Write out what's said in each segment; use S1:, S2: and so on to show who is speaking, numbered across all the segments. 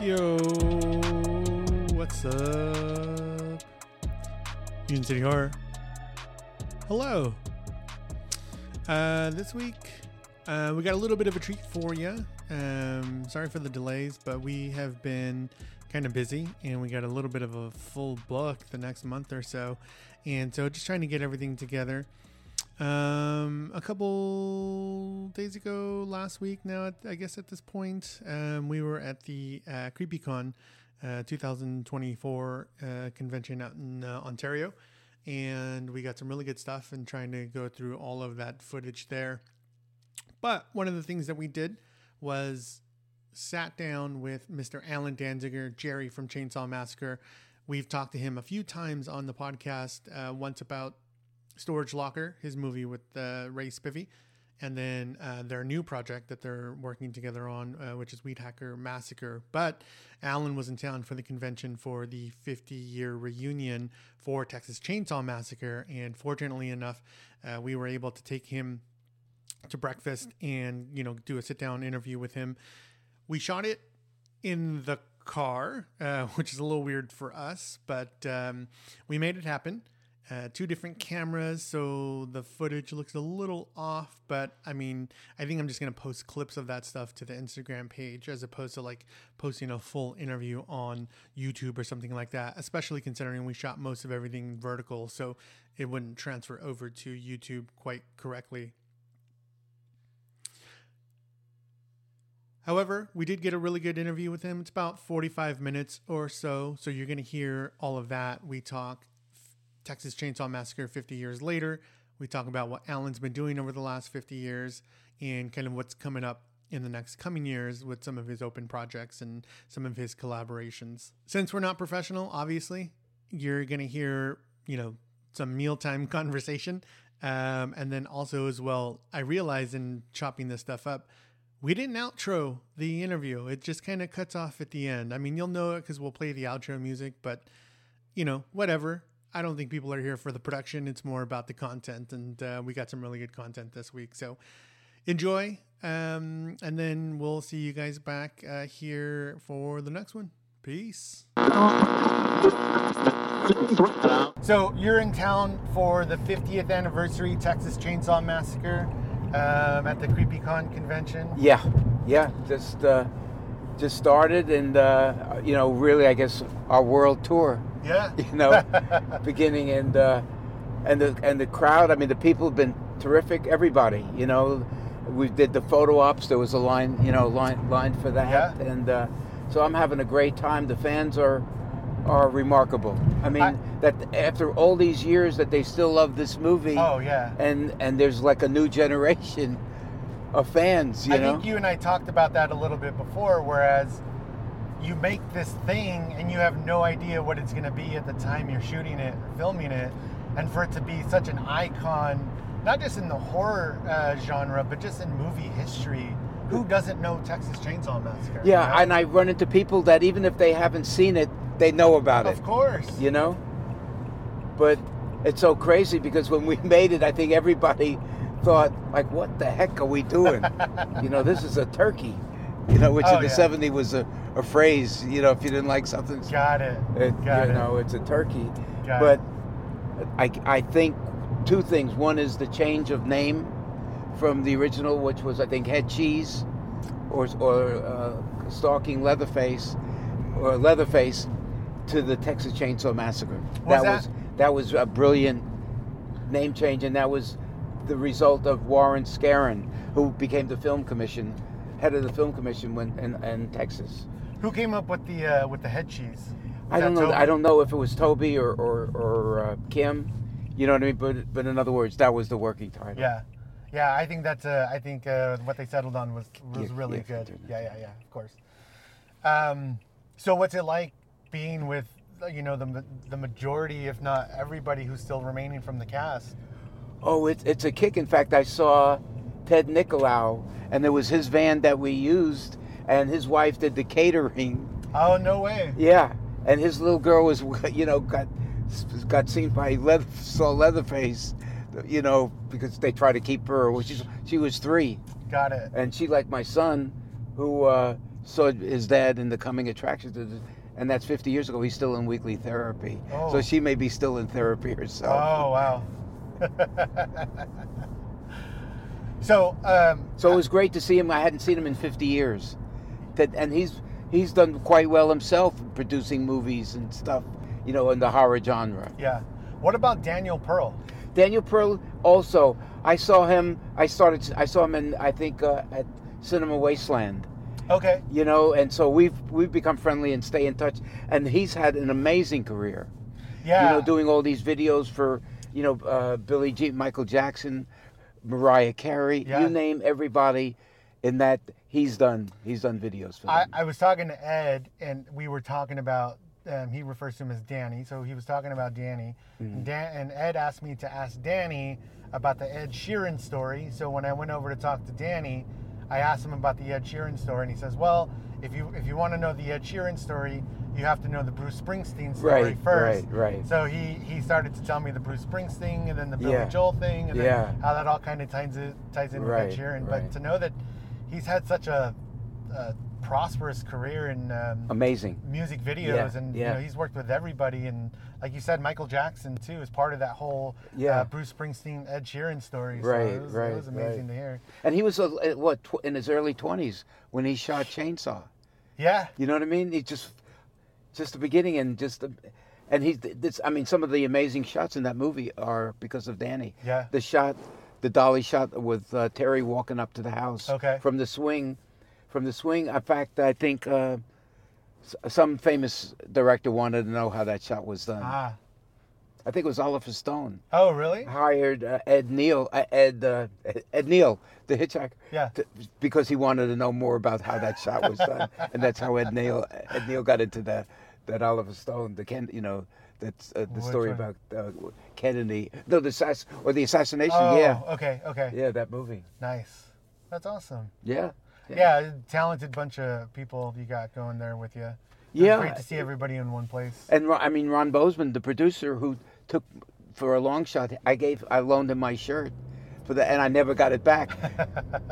S1: Yo, what's up? Union City Horror. Hello. Uh, this week, uh, we got a little bit of a treat for you. Um, sorry for the delays, but we have been kind of busy and we got a little bit of a full book the next month or so. And so just trying to get everything together. Um, a couple days ago, last week now, at- I guess at this point, um, we were at the uh, CreepyCon uh, 2024 uh, convention out in uh, Ontario, and we got some really good stuff and trying to go through all of that footage there. But one of the things that we did was sat down with Mr. Alan Danziger, Jerry from Chainsaw Massacre. We've talked to him a few times on the podcast, uh, once about Storage Locker, his movie with uh, Ray Spivey, and then uh, their new project that they're working together on, uh, which is Weed Hacker Massacre. But Alan was in town for the convention for the 50 year reunion for Texas Chainsaw Massacre. And fortunately enough, uh, we were able to take him to breakfast and, you know, do a sit down interview with him. We shot it in the car, uh, which is a little weird for us, but um, we made it happen. Uh, two different cameras, so the footage looks a little off, but I mean, I think I'm just going to post clips of that stuff to the Instagram page as opposed to like posting a full interview on YouTube or something like that, especially considering we shot most of everything vertical, so it wouldn't transfer over to YouTube quite correctly. However, we did get a really good interview with him. It's about 45 minutes or so. So you're going to hear all of that. We talk Texas Chainsaw Massacre 50 years later. We talk about what Alan's been doing over the last 50 years and kind of what's coming up in the next coming years with some of his open projects and some of his collaborations. Since we're not professional, obviously, you're going to hear, you know, some mealtime conversation. Um, and then also, as well, I realize in chopping this stuff up, we didn't outro the interview. It just kind of cuts off at the end. I mean, you'll know it because we'll play the outro music, but you know, whatever. I don't think people are here for the production. It's more about the content, and uh, we got some really good content this week. So enjoy, um, and then we'll see you guys back uh, here for the next one. Peace. So you're in town for the 50th anniversary Texas Chainsaw Massacre um, at the CreepyCon convention.
S2: Yeah, yeah, just uh, just started, and uh, you know, really, I guess our world tour,
S1: Yeah.
S2: you know, beginning and uh, and the and the crowd. I mean, the people have been terrific. Everybody, you know, we did the photo ops. There was a line, you know, line line for that,
S1: Yeah.
S2: and uh, so I'm having a great time. The fans are are remarkable. I mean,
S1: I-
S2: that after all these years, that they still love this movie,
S1: Oh yeah.
S2: and and there's like a new generation of fans. You
S1: I
S2: know.
S1: think you and I talked about that a little bit before. Whereas you make this thing and you have no idea what it's going to be at the time you're shooting it or filming it, and for it to be such an icon, not just in the horror uh, genre, but just in movie history. Who doesn't know Texas Chainsaw Massacre? you
S2: Yeah,
S1: know?
S2: and I run into people that even if they haven't seen it, they know about it.
S1: of course.
S2: You know? But it's so crazy because when we made it, I think everybody thought, like, what the heck are we doing? you know, this is a turkey. You know, which
S1: Oh,
S2: in the
S1: yeah.
S2: 70s was a, a phrase, you know, if you didn't like something.
S1: Got it.
S2: It,
S1: Got
S2: you
S1: it.
S2: know, it's a turkey.
S1: Got
S2: but
S1: it.
S2: I, I think two things. One is the change of name from the original, which was, I think, Head Cheese or, or uh, Stalking Leatherface or Leatherface to the Texas Chainsaw Massacre.
S1: Was that-
S2: was that was a brilliant name change, and that was the result of Warren Scarron, who became the film commission, head of the film commission when, in, in Texas.
S1: Who came up with the uh, with the head cheese?
S2: I
S1: Was
S2: don't
S1: that
S2: know. I
S1: Toby?
S2: don't know if it was Toby or or, or uh, Kim. You know what I mean? But but in other words, that was the working title.
S1: Yeah, yeah. I think that's. Uh, I think uh, what they settled on was was
S2: Yeah,
S1: really
S2: yeah,
S1: good.
S2: internet.
S1: Yeah, yeah, yeah. Of course. Um, so what's it like being with uh, you know the ma- the majority, if not everybody, who's still remaining from the cast?
S2: Oh, it's it's a kick. In fact, I saw Ted Nicolau, and there was his van that we used, and his wife did the catering.
S1: Oh no way!
S2: Yeah, and his little girl was, you know, got got seen by leather, saw Leatherface, you know, because they try to keep her. Well, she's she was three,
S1: Got it.
S2: and she like my son, who uh, saw his dad in the Coming Attractions, and that's 50 years ago. He's still in weekly therapy,
S1: Oh.
S2: so she may be still in therapy herself.
S1: Oh wow. so um,
S2: So it was great to see him. I hadn't seen him in 50 years. That and he's he's done quite well himself producing movies and stuff, you know, in the horror genre.
S1: yeah. What about Daniel Pearl?
S2: Daniel Pearl also. I saw him. I started. I saw him in. I think uh, at Cinema Wasteland.
S1: Okay.
S2: You know, and so we've we've become friendly and stay in touch. And he's had an amazing career.
S1: Yeah.
S2: You know, doing all these videos for you know uh, Billy Jean, Michael Jackson, Mariah Carey.
S1: Yeah.
S2: You name everybody in that he's done. He's done videos for them.
S1: I, I was talking to Ed, and we were talking about. Um, he refers to him as Danny, so he was talking about Danny.
S2: Mm-hmm.
S1: Dan, and Ed asked me to ask Danny about the Ed Sheeran story. So when I went over to talk to Danny, I asked him about the Ed Sheeran story, and he says, "Well, if you if you want to know the Ed Sheeran story, you have to know the Bruce Springsteen story
S2: Right,
S1: first.
S2: right, right.
S1: So he he started to tell me the Bruce Springsteen, and then the Billy
S2: Yeah.
S1: Joel thing, and
S2: Yeah.
S1: then how that all kind of ties in, ties in
S2: Right,
S1: with Ed Sheeran. But
S2: right.
S1: to know that he's had such a, a prosperous career in um,
S2: Amazing.
S1: music videos,
S2: Yeah,
S1: and you
S2: yeah.
S1: know he's worked with everybody, and like you said, Michael Jackson too is part of that whole
S2: Yeah.
S1: uh, Bruce Springsteen, Ed Sheeran story.
S2: Right,
S1: it was,
S2: right,
S1: It was amazing
S2: right.
S1: to hear.
S2: And he was uh, at what tw- in his early twenties when he shot Chainsaw.
S1: Yeah,
S2: You know what I mean? He just, just the beginning and just the, and he's this. I mean, some of the amazing shots in that movie are because of Danny.
S1: Yeah.
S2: The shot, the dolly shot with uh, Terry walking up to the house.
S1: Okay.
S2: From the swing, from the swing. In fact, I think uh, s- some famous director wanted to know how that shot was done.
S1: ah,
S2: I think it was Oliver Stone
S1: oh really?
S2: hired uh, Ed Neal, uh, Ed uh, Ed Neal, the hitchhiker.
S1: Yeah.
S2: to- because he wanted to know more about how that shot was done, and that's how Ed Neal Ed Neal got into that that Oliver Stone, the Ken, you know, that's uh, the
S1: Which
S2: story
S1: one?
S2: about uh, Kennedy, no, the assass- or the assassination.
S1: Oh,
S2: Yeah,
S1: okay, okay,
S2: yeah, that movie.
S1: nice. That's awesome.
S2: Yeah.
S1: Yeah. talented bunch of people you got going there with you. It was
S2: Yeah.
S1: great to see everybody in one place.
S2: And Ron, I mean Ron Bozeman, the producer who took for a long shot, I gave I loaned him my shirt for that, and I never got it back.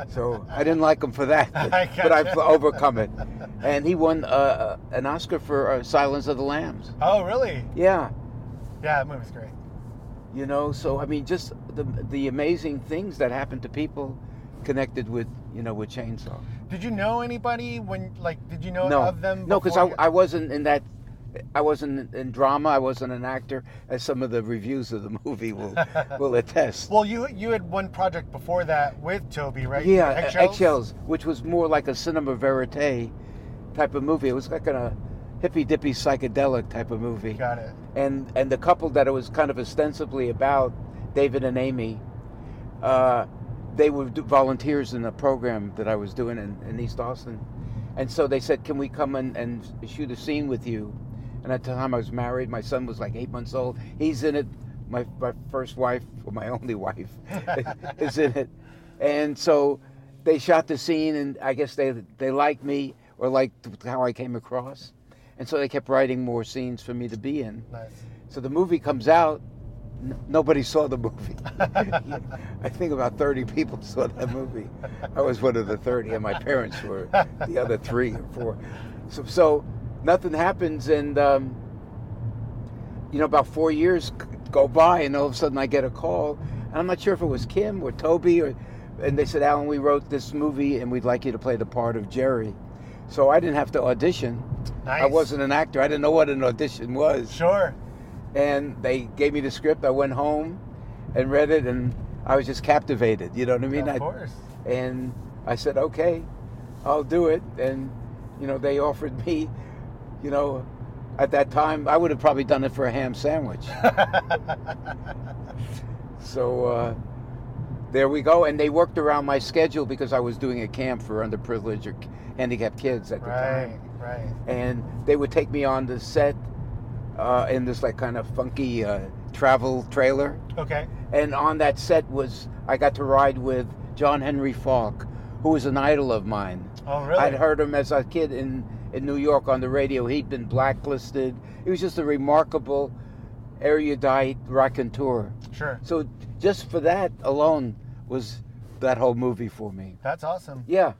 S2: so I didn't like him for that, but,
S1: I
S2: but I've
S1: gotcha.
S2: overcome it. And he won uh, an Oscar for uh, Silence of the Lambs.
S1: Oh really?
S2: Yeah,
S1: Yeah, that movie's great.
S2: you know. So I mean, just the the amazing things that happen to people connected with you know with chainsaw.
S1: Did you know anybody when, like, did you know
S2: no,
S1: of them?
S2: no, because
S1: before
S2: I,
S1: you-
S2: I wasn't in that. I wasn't in drama. I wasn't an actor, as some of the reviews of the movie will will attest.
S1: Well, you you had one project before that with Toby, right?
S2: yeah, eggshells? which was more like a cinema verite type of movie. It was like a hippy dippy psychedelic type of movie.
S1: Got it.
S2: And and the couple that it was kind of ostensibly about, David and Amy, uh, they were do- volunteers in a program that I was doing in, in East Austin, and so they said, "Can we come and, and shoot a scene with you?" And at the time I was married. My son was like eight months old. He's in it. My my first wife, or my only wife, is in it. And so they shot the scene, and I guess they they liked me or liked how I came across, and so they kept writing more scenes for me to be in.
S1: Nice.
S2: So the movie comes out. N- nobody saw the movie. I think about 30 people saw that movie. I was one of the 30, and my parents were the other three or four. So, so nothing happens, and um, you know, about four years c- go by, and all of a sudden I get a call, and I'm not sure if it was Kim or Toby, or, and they said, Alan, we wrote this movie, and we'd like you to play the part of Jerry. So I didn't have to audition. I
S1: Nice.
S2: wasn't an actor. I didn't know what an audition was
S1: Sure.
S2: and they gave me the script. I went home and read it, and I was just captivated. You know what I mean?
S1: of
S2: I-
S1: course.
S2: and I said, okay, I'll do it. And you know, they offered me, you know, at that time I would have probably done it for a ham sandwich. so uh, there we go. And they worked around my schedule because I was doing a camp for underprivileged or handicapped kids at the time
S1: Right. Right.
S2: and they would take me on the set uh, in this like kind of funky uh, travel trailer.
S1: Okay.
S2: And on that set was I got to ride with John Henry Falk, who was an idol of mine.
S1: Oh really?
S2: I'd heard him as a kid in in New York on the radio. He'd been blacklisted. He was just a remarkable erudite raconteur.
S1: Sure.
S2: So just for that alone was that whole movie for me.
S1: That's awesome.
S2: Yeah.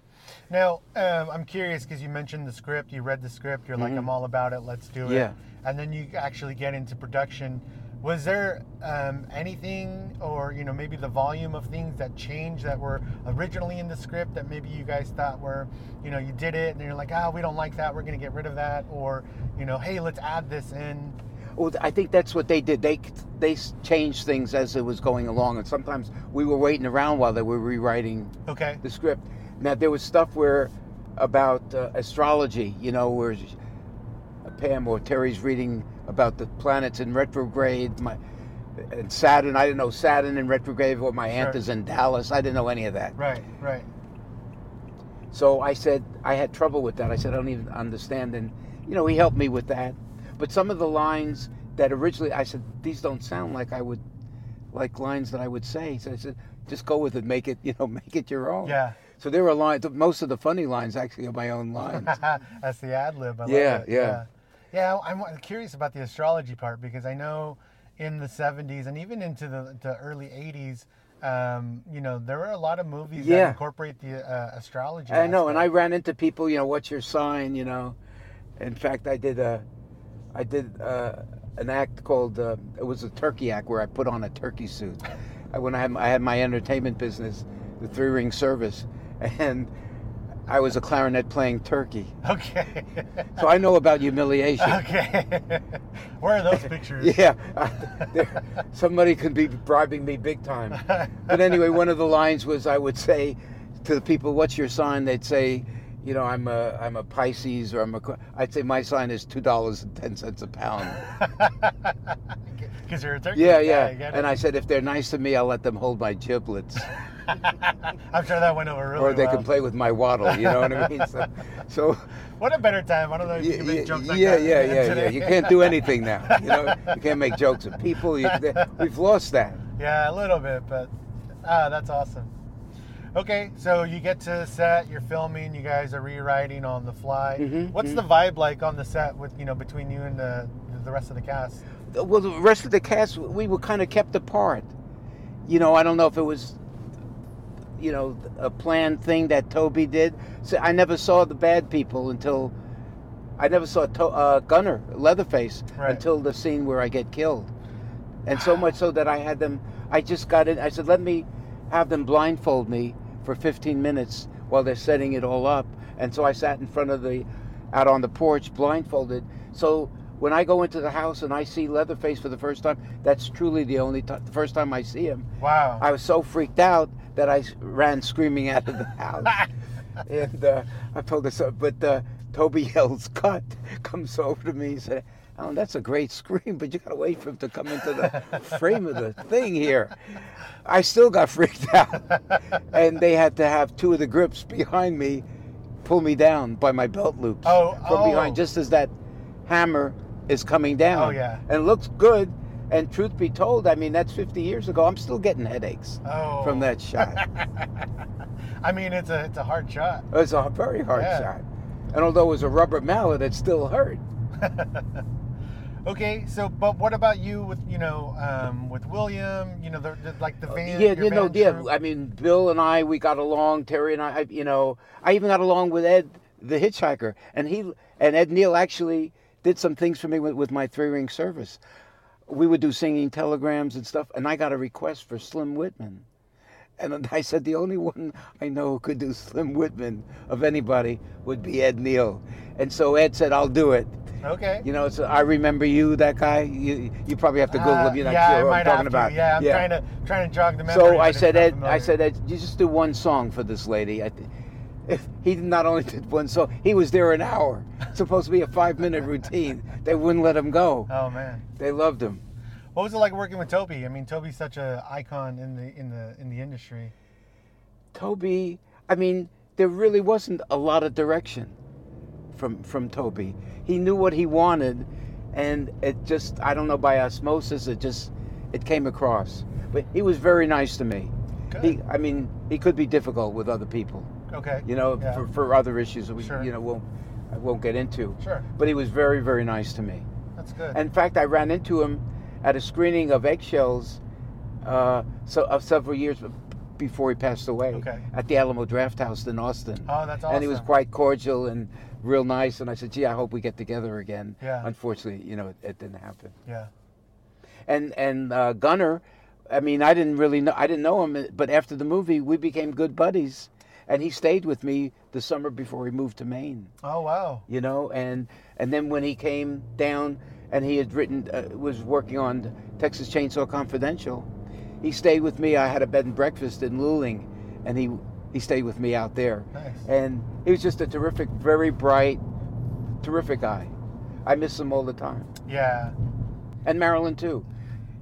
S1: Now, um, I'm curious because you mentioned the script, you read the script, you're like, I'm all about it, let's do it.
S2: Mm-hmm. Yeah.
S1: And then you actually get into production. Was there um, anything, or you know, maybe the volume of things that changed that were originally in the script that maybe you guys thought were, you know, you did it and you're like, ah, we don't like that, we're gonna get rid of that, or you know, hey, let's add this in.
S2: Well, I think that's what they did. They they s- changed things as it was going along, and sometimes we were waiting around while they were rewriting
S1: Okay.
S2: the script. Now there was stuff where about uh, astrology, you know, where Pam or Terry's reading about the planets in retrograde, my and Saturn. I didn't know Saturn in retrograde, or my aunt
S1: Sure.
S2: is in Dallas. I didn't know any of that.
S1: Right. Right.
S2: So I said I had trouble with that. I said I don't even understand, and you know he helped me with that. But some of the lines that originally I said these don't sound like I would like lines that I would say. So I said just go with it, make it you know make it your own.
S1: Yeah.
S2: So there were lines. Most of the funny lines actually are my own lines.
S1: That's the ad lib. I
S2: Yeah,
S1: love it.
S2: yeah.
S1: yeah. I'm curious about the astrology part because I know in the 70s and even into the, the early 80s, um, you know, there were a lot of movies that
S2: Yeah.
S1: incorporate the uh, astrology.
S2: I know, and I
S1: aspect.
S2: ran into people. You know, what's your sign? You know, in fact, I did a, I did uh an act called uh, it was a turkey act where I put on a turkey suit. I, when I had, I had my entertainment business, the three ring service, and I was a clarinet playing turkey.
S1: Okay.
S2: So I know about humiliation.
S1: okay. Where are those pictures?
S2: Yeah, there, somebody could be bribing me big time. But anyway, one of the lines was I would say to the people, "What's your sign?" They'd say, "You know, I'm a I'm a Pisces or I'm a." Aqu-" I'd say my sign is two dollars and ten cents a pound.
S1: Because you're a turkey.
S2: Yeah,
S1: guy,
S2: yeah.
S1: I get
S2: And
S1: it.
S2: I said, if they're nice to me, I'll let them hold my giblets,
S1: I'm sure that went over really
S2: or they
S1: well.
S2: can play with my waddle. You know what I mean? So, so
S1: What a better time. I don't know if you
S2: yeah,
S1: can make
S2: yeah,
S1: jokes like
S2: yeah,
S1: that
S2: yeah,
S1: in
S2: yeah, yeah.
S1: today.
S2: You can't do anything now. You know, you can't make jokes of people. You, we've lost that.
S1: Yeah, a little bit, but ah, that's awesome. Okay, so you get to set, you're filming, you guys are rewriting on the fly.
S2: Mhm,
S1: What's the vibe like on the set with you know between you and the the rest of the cast?
S2: well the rest of the cast we were kind of kept apart you know i don't know if it was you know a planned thing that toby did so i never saw the bad people until i never saw to- uh, gunner leatherface
S1: Right.
S2: until the scene where i get killed and so much so that i had them i just got in i said let me have them blindfold me for 15 minutes while they're setting it all up and so i sat in front of the out on the porch blindfolded so when i go into the house and i see leatherface for the first time that's truly the only time the first time i see him
S1: Wow.
S2: I was so freaked out that I s- ran screaming out of the house. and uh, I told this, but uh, Toby yells, cut, comes over to me and said, Alan, that's a great scream, but you gotta wait for him to come into the frame of the thing here. I still got freaked out. and they had to have two of the grips behind me pull me down by my belt loops
S1: Oh,
S2: from behind,
S1: oh.
S2: just as that hammer is coming down.
S1: Oh, yeah.
S2: And it looks good. And truth be told, I mean, that's 50 years ago. I'm still getting headaches
S1: oh.
S2: from that shot.
S1: I mean, it's a it's a hard shot.
S2: It was a very hard
S1: Yeah.
S2: shot. And although it was a rubber mallet, it still hurt.
S1: Okay, so but what about you with you know um, with William? You know, the, the, like the van.
S2: Oh, yeah,
S1: your
S2: you know,
S1: van
S2: yeah.
S1: troupe?
S2: I mean, Bill and I, we got along. Terry and I, I, you know, I even got along with Ed, the hitchhiker, and he and Ed Neal actually did some things for me with, with my three ring service. We would do singing telegrams and stuff, and I got a request for Slim Whitman, and I said the only one I know who could do Slim Whitman of anybody would be Ed Neal, and so Ed said, "I'll do it."
S1: Okay.
S2: You know, it's I remember you, that guy. You, you probably have to Google
S1: Ah,
S2: him. You're not
S1: yeah,
S2: sure
S1: I
S2: who
S1: might
S2: I'm talking
S1: have to.
S2: about.
S1: Yeah, I'm trying to trying to jog the memory.
S2: So
S1: but
S2: I
S1: it's
S2: said,
S1: not
S2: Ed, I
S1: familiar.
S2: said, Ed, you just do one song for this lady. I th- he not only did one song, he was there an hour. It's supposed to be a five minute routine. They wouldn't let him go.
S1: Oh man.
S2: They loved him.
S1: What was it like working with Toby? I mean, Toby's such an icon in the in the in the industry.
S2: Toby, I mean, there really wasn't a lot of direction from from Toby. He knew what he wanted, and it just I don't know by osmosis it just it came across. But he was very nice to me. He,
S1: Good.
S2: I mean, he could be difficult with other people.
S1: Okay.
S2: you know,
S1: Yeah.
S2: for, for other issues that we,
S1: Sure.
S2: you know, won't I won't get into.
S1: Sure.
S2: But he was very, very nice to me.
S1: That's good.
S2: In fact, I ran into him at a screening of Eggshells, uh, so of several years b- before he passed away
S1: Okay.
S2: at the Alamo Draft House in Austin.
S1: Oh, that's
S2: And he was
S1: awesome.
S2: quite cordial and real nice. And I said, gee, I hope we get together again.
S1: Yeah.
S2: Unfortunately, you know, it, it didn't happen.
S1: Yeah.
S2: And and uh, Gunner, I mean, I didn't really know I didn't know him, uh, but after the movie, we became good buddies, and he stayed with me the summer before he moved to Maine
S1: Oh wow.
S2: you know and and then when he came down and he had written uh, was working on texas chainsaw confidential he stayed with me i had a bed and breakfast in luling and he he stayed with me out there
S1: Nice.
S2: and he was just a terrific very bright terrific guy i miss him all the time
S1: Yeah.
S2: and marilyn too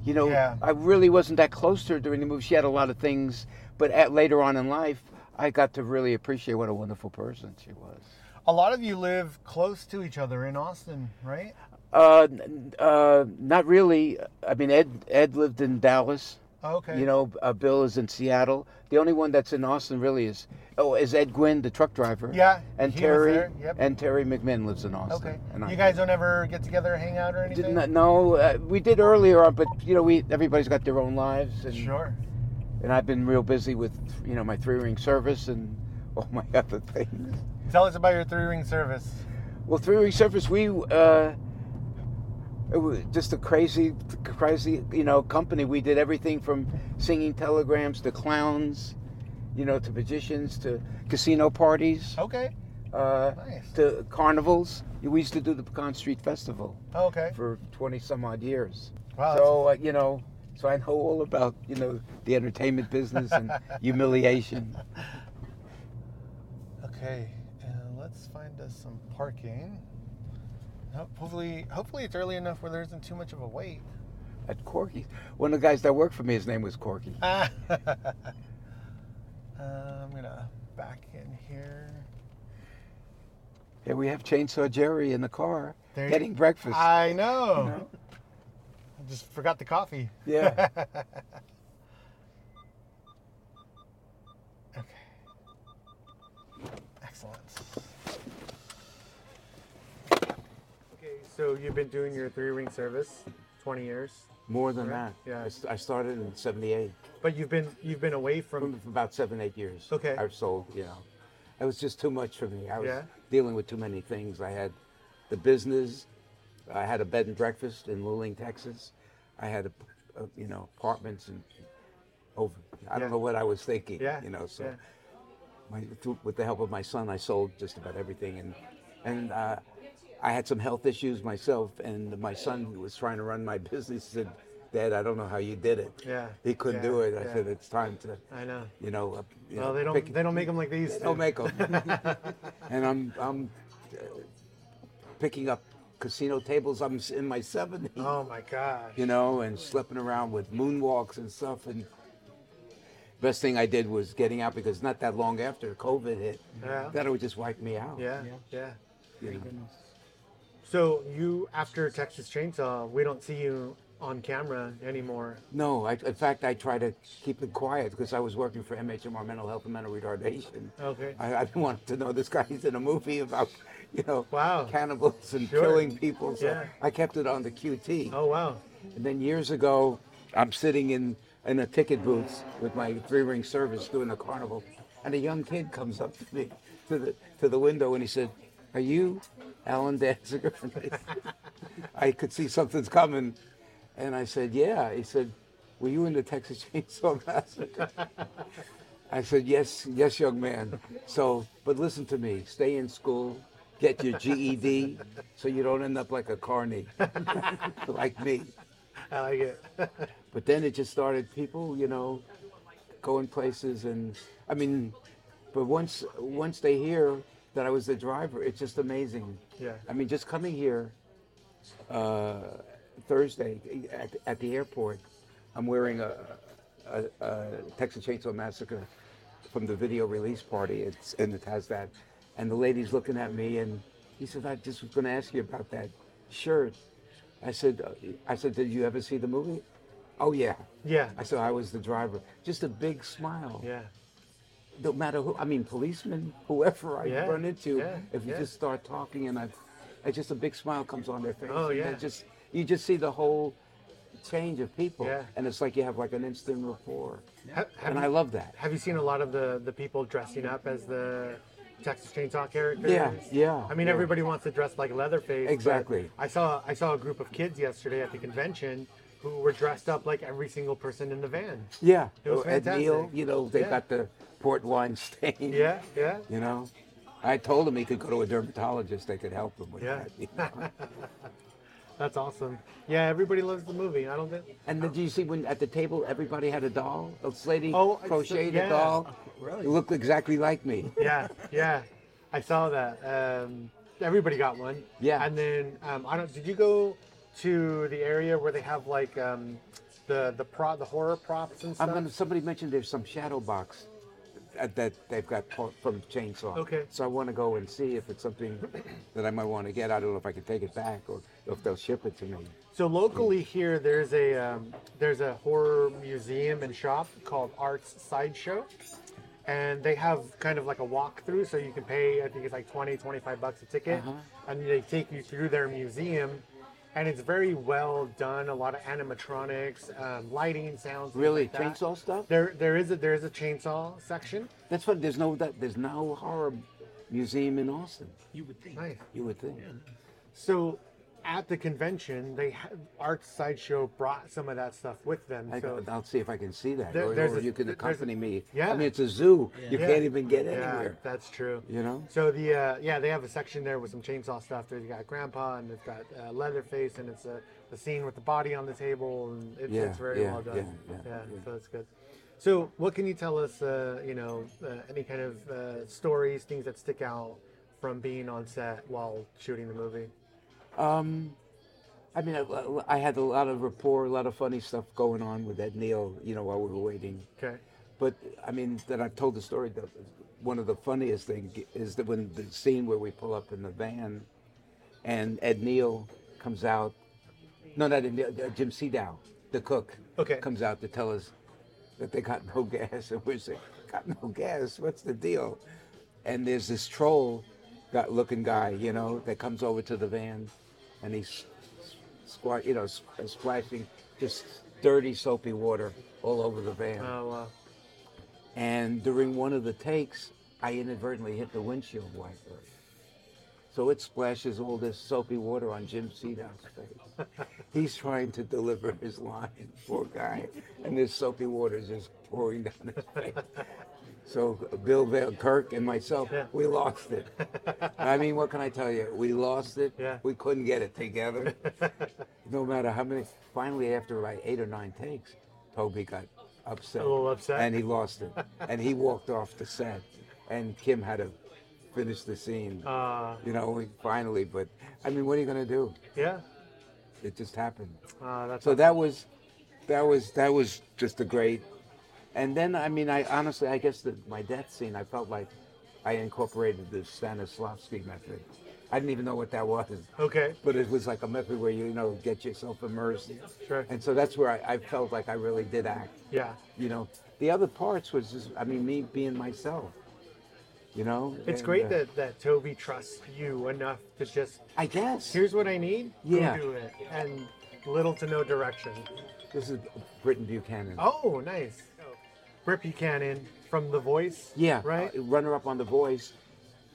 S2: you know
S1: Yeah.
S2: i really wasn't that close to her during the movie she had a lot of things but at, later on in life i got to really appreciate what a wonderful person she was
S1: A lot of you live close to each other in Austin, right?
S2: Uh, n- uh, not really. I mean, Ed Ed lived in Dallas.
S1: Okay.
S2: You know, uh, Bill is in Seattle. The only one that's in Austin really is oh, is Ed Gwynn, the truck driver.
S1: Yeah,
S2: And
S1: he was
S2: Terry
S1: there, yep.
S2: and Terry McMinn lives in Austin.
S1: Okay.
S2: And
S1: You guys don't ever get together, hang out, or anything?
S2: didn't no, uh, we did earlier on, but you know, we everybody's got their own lives, and
S1: Sure.
S2: and I've been real busy with you know my three ring service and all my other things.
S1: Tell us about your three ring service.
S2: Well, three ring service, we uh, it was just a crazy, crazy, you know, company. We did everything from singing telegrams to clowns, you know, to magicians to casino parties
S1: Okay.
S2: uh,
S1: Nice.
S2: to carnivals. We used to do the Pecan Street Festival
S1: Okay.
S2: for twenty some odd years.
S1: Wow.
S2: So uh, you know, so I know all about you know the entertainment business and humiliation.
S1: that's- okay. Uh, let's find us some parking. Ho- Hopefully, hopefully it's early enough where there isn't too much of a wait.
S2: At Corky, one of the guys that worked for me, his name was Corky.
S1: Ah. uh, I'm gonna back in here.
S2: Here we have Chainsaw Jerry in the car
S1: There you- Ah.
S2: getting breakfast.
S1: I know. I just forgot the coffee.
S2: Yeah.
S1: Okay. Excellent. Okay, so you've been doing your three ring service 20 years,
S2: More than
S1: Correct?
S2: that.
S1: Yeah.
S2: I s- I started in 78,
S1: but you've been you've been away from
S2: for about seven, eight years.
S1: Okay.
S2: I sold, you know. It was just too much for me. I was
S1: Yeah.
S2: dealing with too many things. I had the business. I had a bed and breakfast in Luling, Texas. I had, a, a, you know, apartments and over. I
S1: Yeah.
S2: don't know what I was thinking,
S1: yeah.
S2: you know, so.
S1: yeah.
S2: my, through, with the help of my son, I sold just about everything, and and uh, I had some health issues myself, and my son was trying to run my business. Said, "Dad, I don't know how you did it.
S1: Yeah,
S2: he couldn't
S1: yeah,
S2: do it." I
S1: yeah.
S2: said, "It's time to,
S1: I know.
S2: you know, uh, you
S1: Well,
S2: know,
S1: they
S2: pick-
S1: don't they don't make them like they used
S2: they
S1: to.
S2: don't make 'em." and I'm I'm uh, picking up casino tables. I'm s- in my 70s,
S1: Oh my gosh.
S2: you know, and slipping around with moonwalks and stuff. And best thing I did was getting out because not that long after COVID hit,
S1: Yeah.
S2: that would just wipe me out.
S1: Yeah, yeah.
S2: you know.
S1: So you after Texas Chainsaw, we don't see you on camera anymore.
S2: No, I, in fact, I try to keep it quiet because I was working for MHMR Mental Health and Mental Retardation.
S1: Okay.
S2: I, I didn't want to know this guy's in a movie about, you know,
S1: Wow.
S2: cannibals and
S1: Sure.
S2: killing people. So
S1: Yeah.
S2: I kept it on the QT.
S1: Oh wow.
S2: And then years ago, I'm sitting in, in a ticket booth with my three ring service doing the carnival, and a young kid comes up to me to the to the window and he said, "Are you Alan Danziger?" And I said- I could see something's coming, and I said, "Yeah." He said, "Were you in the Texas Chainsaw Massacre?" I said, "Yes, yes, young man." So, but listen to me: stay in school, get your GED, so you don't end up like a carny, like me.
S1: I like it.
S2: But then it just started people, you know, going places and I mean, but once once they hear that I was the driver, it's just amazing.
S1: Yeah.
S2: I mean, just coming here uh, Thursday at, at the airport, I'm wearing a, a, a Texas Chainsaw Massacre from the video release party. It's and it has that, and the lady's looking at me and he said, "I just was going to ask you about that shirt." I said, uh, "I said, did you ever see the movie?" Oh yeah.
S1: Yeah.
S2: I said I was the driver. Just a big smile
S1: Yeah.
S2: no matter who I mean policemen, whoever I
S1: Yeah,
S2: run into,
S1: yeah,
S2: if you
S1: yeah.
S2: just start talking and I, I just a big smile comes on their face.
S1: Oh,
S2: and
S1: yeah.
S2: they just you just see the whole change of people,
S1: Yeah.
S2: and it's like you have like an instant rapport,
S1: Ha- have,
S2: and
S1: you,
S2: I love that.
S1: have you seen a lot of the, the people dressing up as the Texas Chainsaw characters?
S2: Yeah, yeah,
S1: I mean,
S2: yeah.
S1: everybody wants to dress like Leatherface. but
S2: Exactly.
S1: I saw I saw a group of kids yesterday at the convention who were dressed up like every single person in the van.
S2: Yeah,
S1: It was
S2: Oh, Ed Neal,
S1: fantastic.
S2: you know, they
S1: Yeah.
S2: got the port wine stain.
S1: Yeah, yeah.
S2: You know, I told him he could go to a dermatologist. They could help him with
S1: Yeah.
S2: that. you know.
S1: That's awesome. Yeah, everybody loves the movie. I don't think.
S2: and did you see when at the table everybody had a doll? This lady
S1: Oh, it's-
S2: crocheted
S1: yeah. Oh,
S2: a doll.
S3: Really?
S2: It looked exactly like me.
S1: Yeah, yeah. I saw that. Um, everybody got one.
S2: Yeah.
S1: And then um, I don't. Did you go to the area where they have like um, the the pro the horror props and stuff?
S2: I'm gonna. Somebody mentioned there's some shadow box that, that they've got po- from Chainsaw.
S1: Okay.
S2: So I want to go and see if it's something that I might want to get. I don't know if I can take it back or if they'll ship it to me.
S1: So locally here, there's a um, there's a horror museum and shop called Arts Sideshow, and they have kind of like a walkthrough, so you can pay I think it's like 20, 25 bucks a ticket,
S2: Uh-huh.
S1: and they take you through their museum, and it's very well done. A lot of animatronics, um, lighting, sounds. things
S2: Really,
S1: like that.
S2: chainsaw stuff?
S1: There there is a there is a chainsaw section.
S2: That's what. There's no. That, there's no horror museum in Austin.
S3: You would think.
S1: Nice.
S2: You would think.
S1: So. At the convention, they had Arts Sideshow brought some of that stuff with them.
S2: I,
S1: so
S2: will see if I can see that,
S1: There-
S2: or,
S1: there's
S2: or
S1: a-
S2: you can
S1: there's a-
S2: accompany me.
S1: Yeah.
S2: I mean, it's a zoo. You
S1: Yeah.
S2: can't even get anywhere.
S1: Yeah, that's true.
S2: You know?
S1: So the uh, yeah, they have a section there with some chainsaw stuff. They've got Grandpa and they've got uh, Leatherface, and it's uh, the scene with the body on the table, and it's,
S2: Yeah,
S1: it's very
S2: yeah,
S1: well done.
S2: yeah, yeah, yeah.
S1: so that's good. So what can you tell us? Uh, you know, uh, any kind of uh, stories, things that stick out from being on set while shooting the movie?
S2: Um, I mean, I, I had a lot of rapport, a lot of funny stuff going on with Ed Neal. You know, while we were waiting.
S1: Okay.
S2: But I mean, that I've told the story. That one of the funniest things is that when the scene where we pull up in the van, and Ed Neal comes out. No, not Ed Neal. uh, Jim Seedow, the cook,
S1: Okay.
S2: comes out to tell us that they got no gas, and we're saying, "Got no gas? What's the deal?" And there's this troll, got looking guy, you know, that comes over to the van, and he's squat, you know, s- splashing just dirty, soapy water all over the van.
S1: Oh, uh,
S2: And during one of the takes, I inadvertently hit the windshield wiper. So it splashes all this soapy water on Jim Seedow's face. He's trying to deliver his line, poor guy, and this soapy water is just pouring down his face. So Bill Van Kirk and myself,
S1: Yeah.
S2: we lost it. I mean, what can I tell you? We lost it.
S1: Yeah.
S2: We couldn't get it together. no matter how many. Finally, after like eight or nine takes, Toby got upset.
S1: A little upset.
S2: And he lost it. and he walked off the set. And Kim had to finish the scene.
S1: uh,
S2: you know, we- finally. But I mean, what are you going to do?
S1: yeah.
S2: It just happened.
S1: Uh, that's
S2: So that was, that was that was just a great. And then I mean, I honestly, I guess that my death scene, I felt like I incorporated the Stanislavski method. I didn't even know what that was,
S1: okay.
S2: but it was like a method where you, you know get yourself immersed.
S1: Sure.
S2: And so that's where I, I felt like I really did act.
S1: Yeah.
S2: You know, the other parts was just, I mean, me being myself. You know,
S1: It's
S2: And,
S1: great
S2: uh,
S1: that, that Toby trusts you enough to just
S2: I guess
S1: here's what I need,
S2: Yeah.
S1: go do it. And little to no direction.
S2: this is Britton Buchanan.
S1: Oh, nice. Rip Buchanan from The Voice.
S2: Yeah,
S1: Right?
S2: uh, Runner up on The Voice.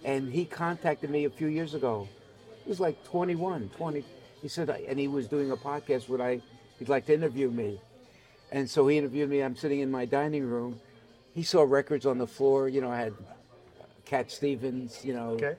S2: And he contacted me a few years ago. He was like 21, 20. He said, I- and he was doing a podcast where I, he'd like to interview me. And so he interviewed me. I'm sitting in my dining room. He saw records on the floor. You know, I had Cat Stevens, you know,
S1: Okay.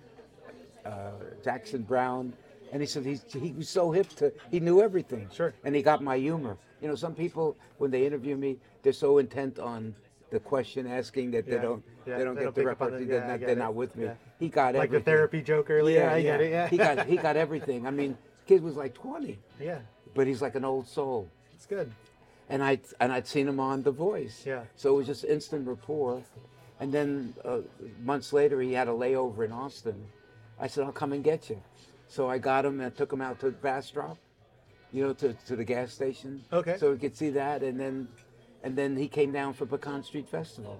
S2: uh, Jackson Brown, and he said he's, he was so hip to he knew everything.
S1: Sure.
S2: And he got my humor. You know, some people when they interview me, they're so intent on the question asking that
S1: Yeah.
S2: they don't
S1: Yeah,
S2: they don't
S1: they don't
S2: get the
S1: pick up on
S2: reference.
S1: the-
S2: they're
S1: yeah, I
S2: not,
S1: get
S2: they're
S1: it.
S2: not with me.
S1: Yeah.
S2: He got
S1: Like the
S2: everything.
S1: therapy joke earlier. I get it. Yeah.
S2: he got he got everything. I mean, kid was like twenty,
S1: yeah.
S2: but he's like an old soul.
S1: It's good.
S2: And I and I'd seen him on The Voice.
S1: Yeah.
S2: So it was just instant rapport. And then uh, months later, he had a layover in Austin. I said, "I'll come and get you." So I got him and took him out to Bastrop, you know, to, to the gas station.
S1: Okay.
S2: So we could see that, and then and then he came down for Pecan Street Festival.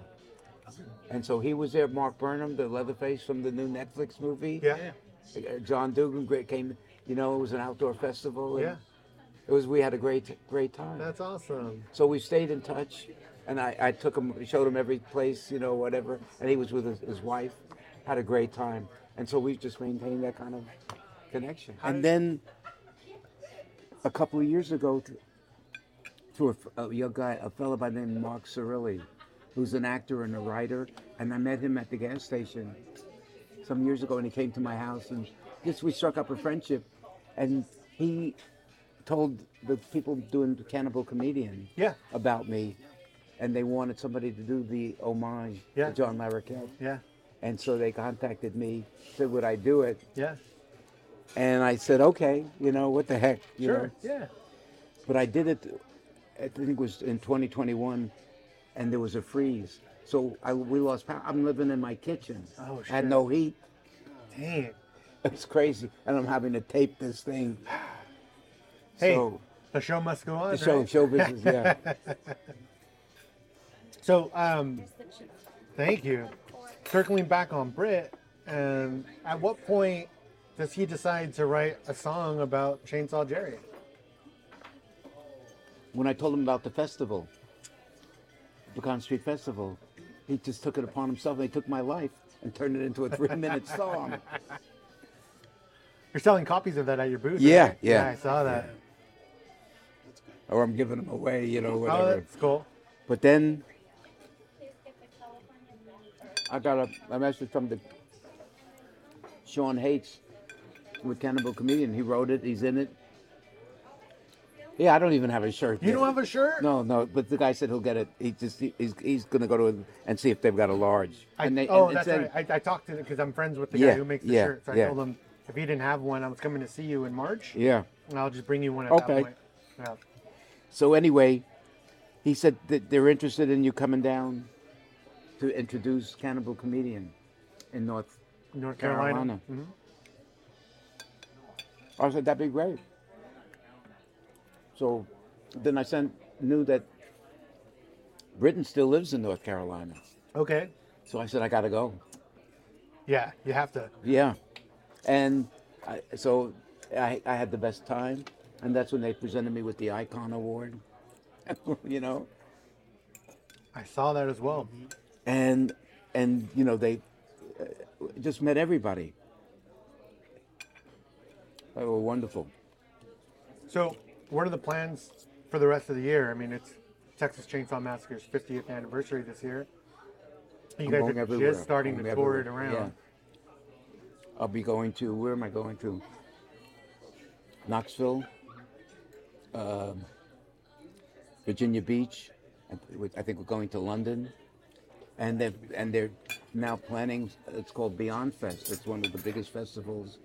S2: And so he was there. Mark Burnham, the Leatherface from the new Netflix movie.
S1: Yeah.
S3: Yeah.
S2: Uh, John Dugan great came. You know, it was an outdoor festival. and-
S1: Yeah.
S2: it was we had a great great time.
S1: That's awesome.
S2: So we stayed in touch, and I, I took him, showed him every place, you know, whatever. And he was with his, his wife, had a great time, and so we've just maintained that kind of connection. and then a couple of years ago, to, to a, f- a young guy, a fellow by the name of Mark Cirilli, who's an actor and a writer, and I met him at the gas station some years ago, and he came to my house, and just we struck up a friendship, and he told the people doing Cannibal Comedian
S1: Yeah.
S2: about me, and they wanted somebody to do the homage
S1: Yeah.
S2: to John Larroquette.
S1: Yeah.
S2: And so they contacted me, said, would I do it?
S1: Yeah.
S2: And I said, okay, you know, what the heck? You
S1: Sure.
S2: know?
S1: Yeah.
S2: But I did it, I think it was in 2021, and there was a freeze. So I, we lost power. I'm living in my kitchen.
S1: Oh,
S2: I had
S1: shit.
S2: no heat.
S1: Dang it.
S2: It's crazy. And I'm having to tape this thing.
S1: Hey,
S2: So
S1: the show must go on.
S2: the show,
S1: right?
S2: show business, yeah.
S1: So, um, thank you. Circling back on Brit, and at what point does he decide to write a song about Chainsaw Jerry?
S2: when I told him about the festival, the Pecan Street Festival, he just took it upon himself and he took my life and turned it into a three minute song.
S1: You're selling copies of that at your booth.
S2: Yeah,
S1: right?
S2: yeah.
S1: I saw that.
S2: Or I'm giving them away, you know,
S1: Oh,
S2: whatever.
S1: that's cool.
S2: But then I got a, a message from the Sean Hates with Cannibal Comedian. He wrote it, he's in it. Yeah, I don't even have a shirt.
S1: You
S2: yet.
S1: don't have a shirt?
S2: No, no, but the guy said he'll get it. He just he- he's, he's gonna go to and see if they've got a large.
S1: I,
S2: and they,
S1: oh,
S2: and it
S1: that's
S2: said-
S1: right. I, I talked to him because I'm friends with the guy
S2: Yeah,
S1: who makes the
S2: yeah,
S1: shirts. I
S2: yeah.
S1: told him if he didn't have one, I was coming to see you in March.
S2: Yeah.
S1: And I'll just bring you one at
S2: Okay.
S1: that point. Yeah.
S2: So anyway, he said that they're interested in you coming down to introduce Cannibal Comedian in North
S1: North Carolina.
S2: Carolina. I said that'd be great. So then I sent knew that Britain still lives in North Carolina.
S1: Okay.
S2: So I said I gotta go.
S1: Yeah, you have to.
S2: Yeah, and I, so I, I had the best time, and that's when they presented me with the Icon Award. you know.
S1: I saw that as well.
S2: and and you know they uh, just met everybody. They were wonderful.
S1: So, what are the plans for the rest of the year? I mean, it's Texas Chainsaw Massacre's 50th anniversary this year. You
S2: I'm
S1: guys
S2: going
S1: are
S2: everywhere.
S1: just starting
S2: I'm
S1: to tour
S2: everywhere.
S1: it around.
S2: Yeah. I'll be going to where am I going to? Knoxville, um, Virginia Beach. I th- we- I think we're going to London, and they're and they're now planning. It's called Beyond Fest. It's one of the biggest festivals.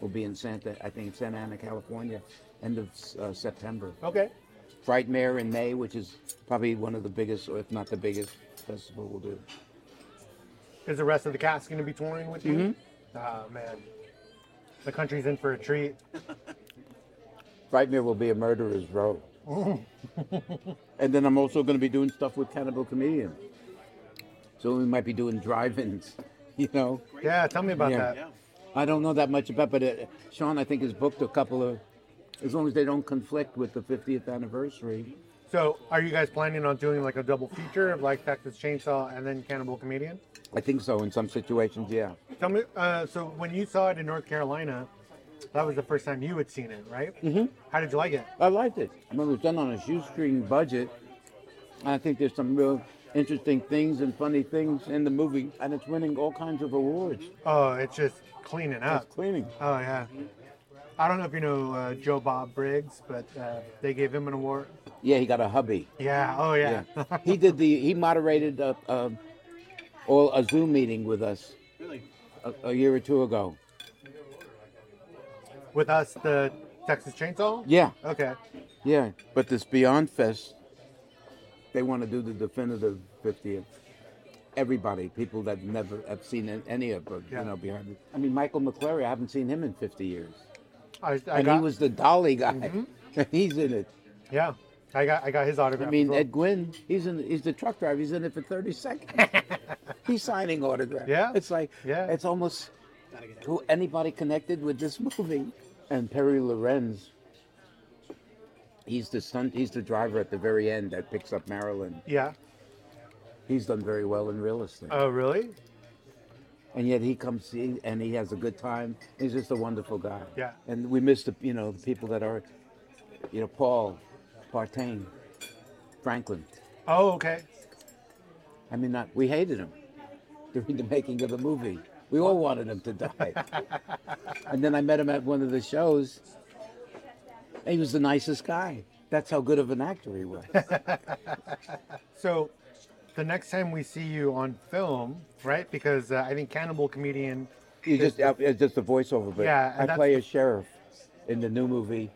S2: Will be in Santa, I think, Santa Ana, California, end of uh, September.
S1: Okay.
S2: Frightmare in May, which is probably one of the biggest, or if not the biggest, festival we'll do.
S1: Is the rest of the cast going to be touring with you?
S2: Mm-hmm.
S1: Oh, man. The country's in for a treat.
S2: Frightmare will be a murderer's row.
S1: Mm.
S2: and then I'm also going to be doing stuff with Cannibal Comedian. So we might be doing drive-ins, you know.
S1: Yeah, tell me about
S2: Yeah.
S1: that.
S2: I don't know that much about, but uh, Sean I think has booked a couple of, as long as they don't conflict with the 50th anniversary.
S1: So, are you guys planning on doing like a double feature of like Texas Chainsaw and then Cannibal Comedian?
S2: I think so in some situations, yeah.
S1: Tell me. Uh, so, when you saw it in North Carolina, that was the first time you had seen it, right? Mm-hmm. How did you like it?
S2: I liked it. I mean, it was done on a shoestring budget. And I think there's some real interesting things and funny things in the movie, and it's winning all kinds of awards.
S1: Oh, it's just cleaning up.
S2: It's cleaning.
S1: Oh yeah. I don't know if you know uh, Joe Bob Briggs, but uh, they gave him an award.
S2: Yeah, he got a hubby.
S1: Yeah. Oh yeah.
S2: Yeah. he did the, he moderated a, a, all, a Zoom meeting with us
S3: Really?
S2: a, a year or two ago.
S1: With us, the Texas Chainsaw.
S2: Yeah,
S1: Okay.
S2: yeah. But this Beyond Fest, they want to do the definitive 50th. Everybody, people that never have seen an- any of it,
S1: Yeah.
S2: you know, behind it. I mean, Michael McClary, I haven't seen him in 50 years.
S1: I, I
S2: and
S1: got, Mm-hmm.
S2: he was the dolly guy. he's in it.
S1: Yeah. I got. I got his
S2: I
S1: autograph.
S2: mean,
S1: as well.
S2: Ed Gwynn, he's in. He's the truck driver. He's in it for thirty seconds. he's signing autographs.
S1: Yeah.
S2: it's like
S1: Yeah.
S2: it's almost who anybody connected with this movie and Perry Lorenz He's the stunt. He's the driver at the very end that picks up Marilyn.
S1: Yeah.
S2: He's done very well in real estate,
S1: Oh, really?
S2: and yet he comes he- and he has a good time. He's just a wonderful guy.
S1: Yeah.
S2: And we miss the you know the people that are, you know Paul, Partain, Franklin.
S1: Oh, okay.
S2: I mean, not we hated him during the making of the movie. We all wanted him to die. and then I met him at one of the shows. and He was the nicest guy. That's how good of an actor he was.
S1: So, the next time we see you on film, right? Because uh, I think Cannibal Comedian.
S2: You just uh, it's just a voiceover, but
S1: Yeah, and
S2: I
S1: that's-
S2: play a sheriff in the new movie,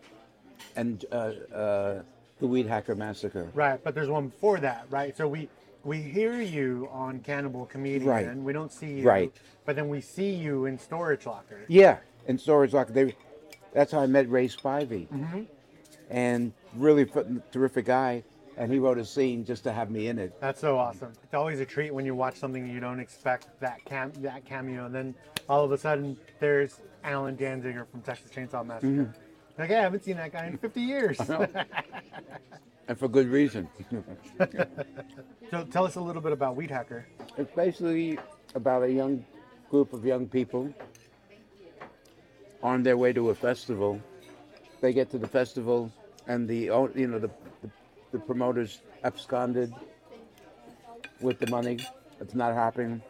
S2: and uh, uh, the Weed Hacker Massacre.
S1: Right, but there's one before that, right? So we we hear you on Cannibal Comedian.
S2: Right.
S1: We don't see you.
S2: Right.
S1: But then we see you in Storage Locker.
S2: Yeah, and Storage Locker. They, that's how I met Ray Spivey,
S1: Mm-hmm.
S2: and really f- terrific guy. And he wrote a scene just to have me in it.
S1: That's so awesome. It's always a treat when you watch something you don't expect that cam that cameo, and then all of a sudden there's Alan Danziger from Texas Chainsaw Massacre.
S2: Mm-hmm.
S1: Like, hey, I haven't seen that guy in 50 years.
S2: and for good reason.
S1: so tell us a little bit about Weed Hacker.
S2: it's basically about a young group of young people on their way to a festival. They get to the festival, and the o- you know the the, the promoters absconded with the money. It's not happening.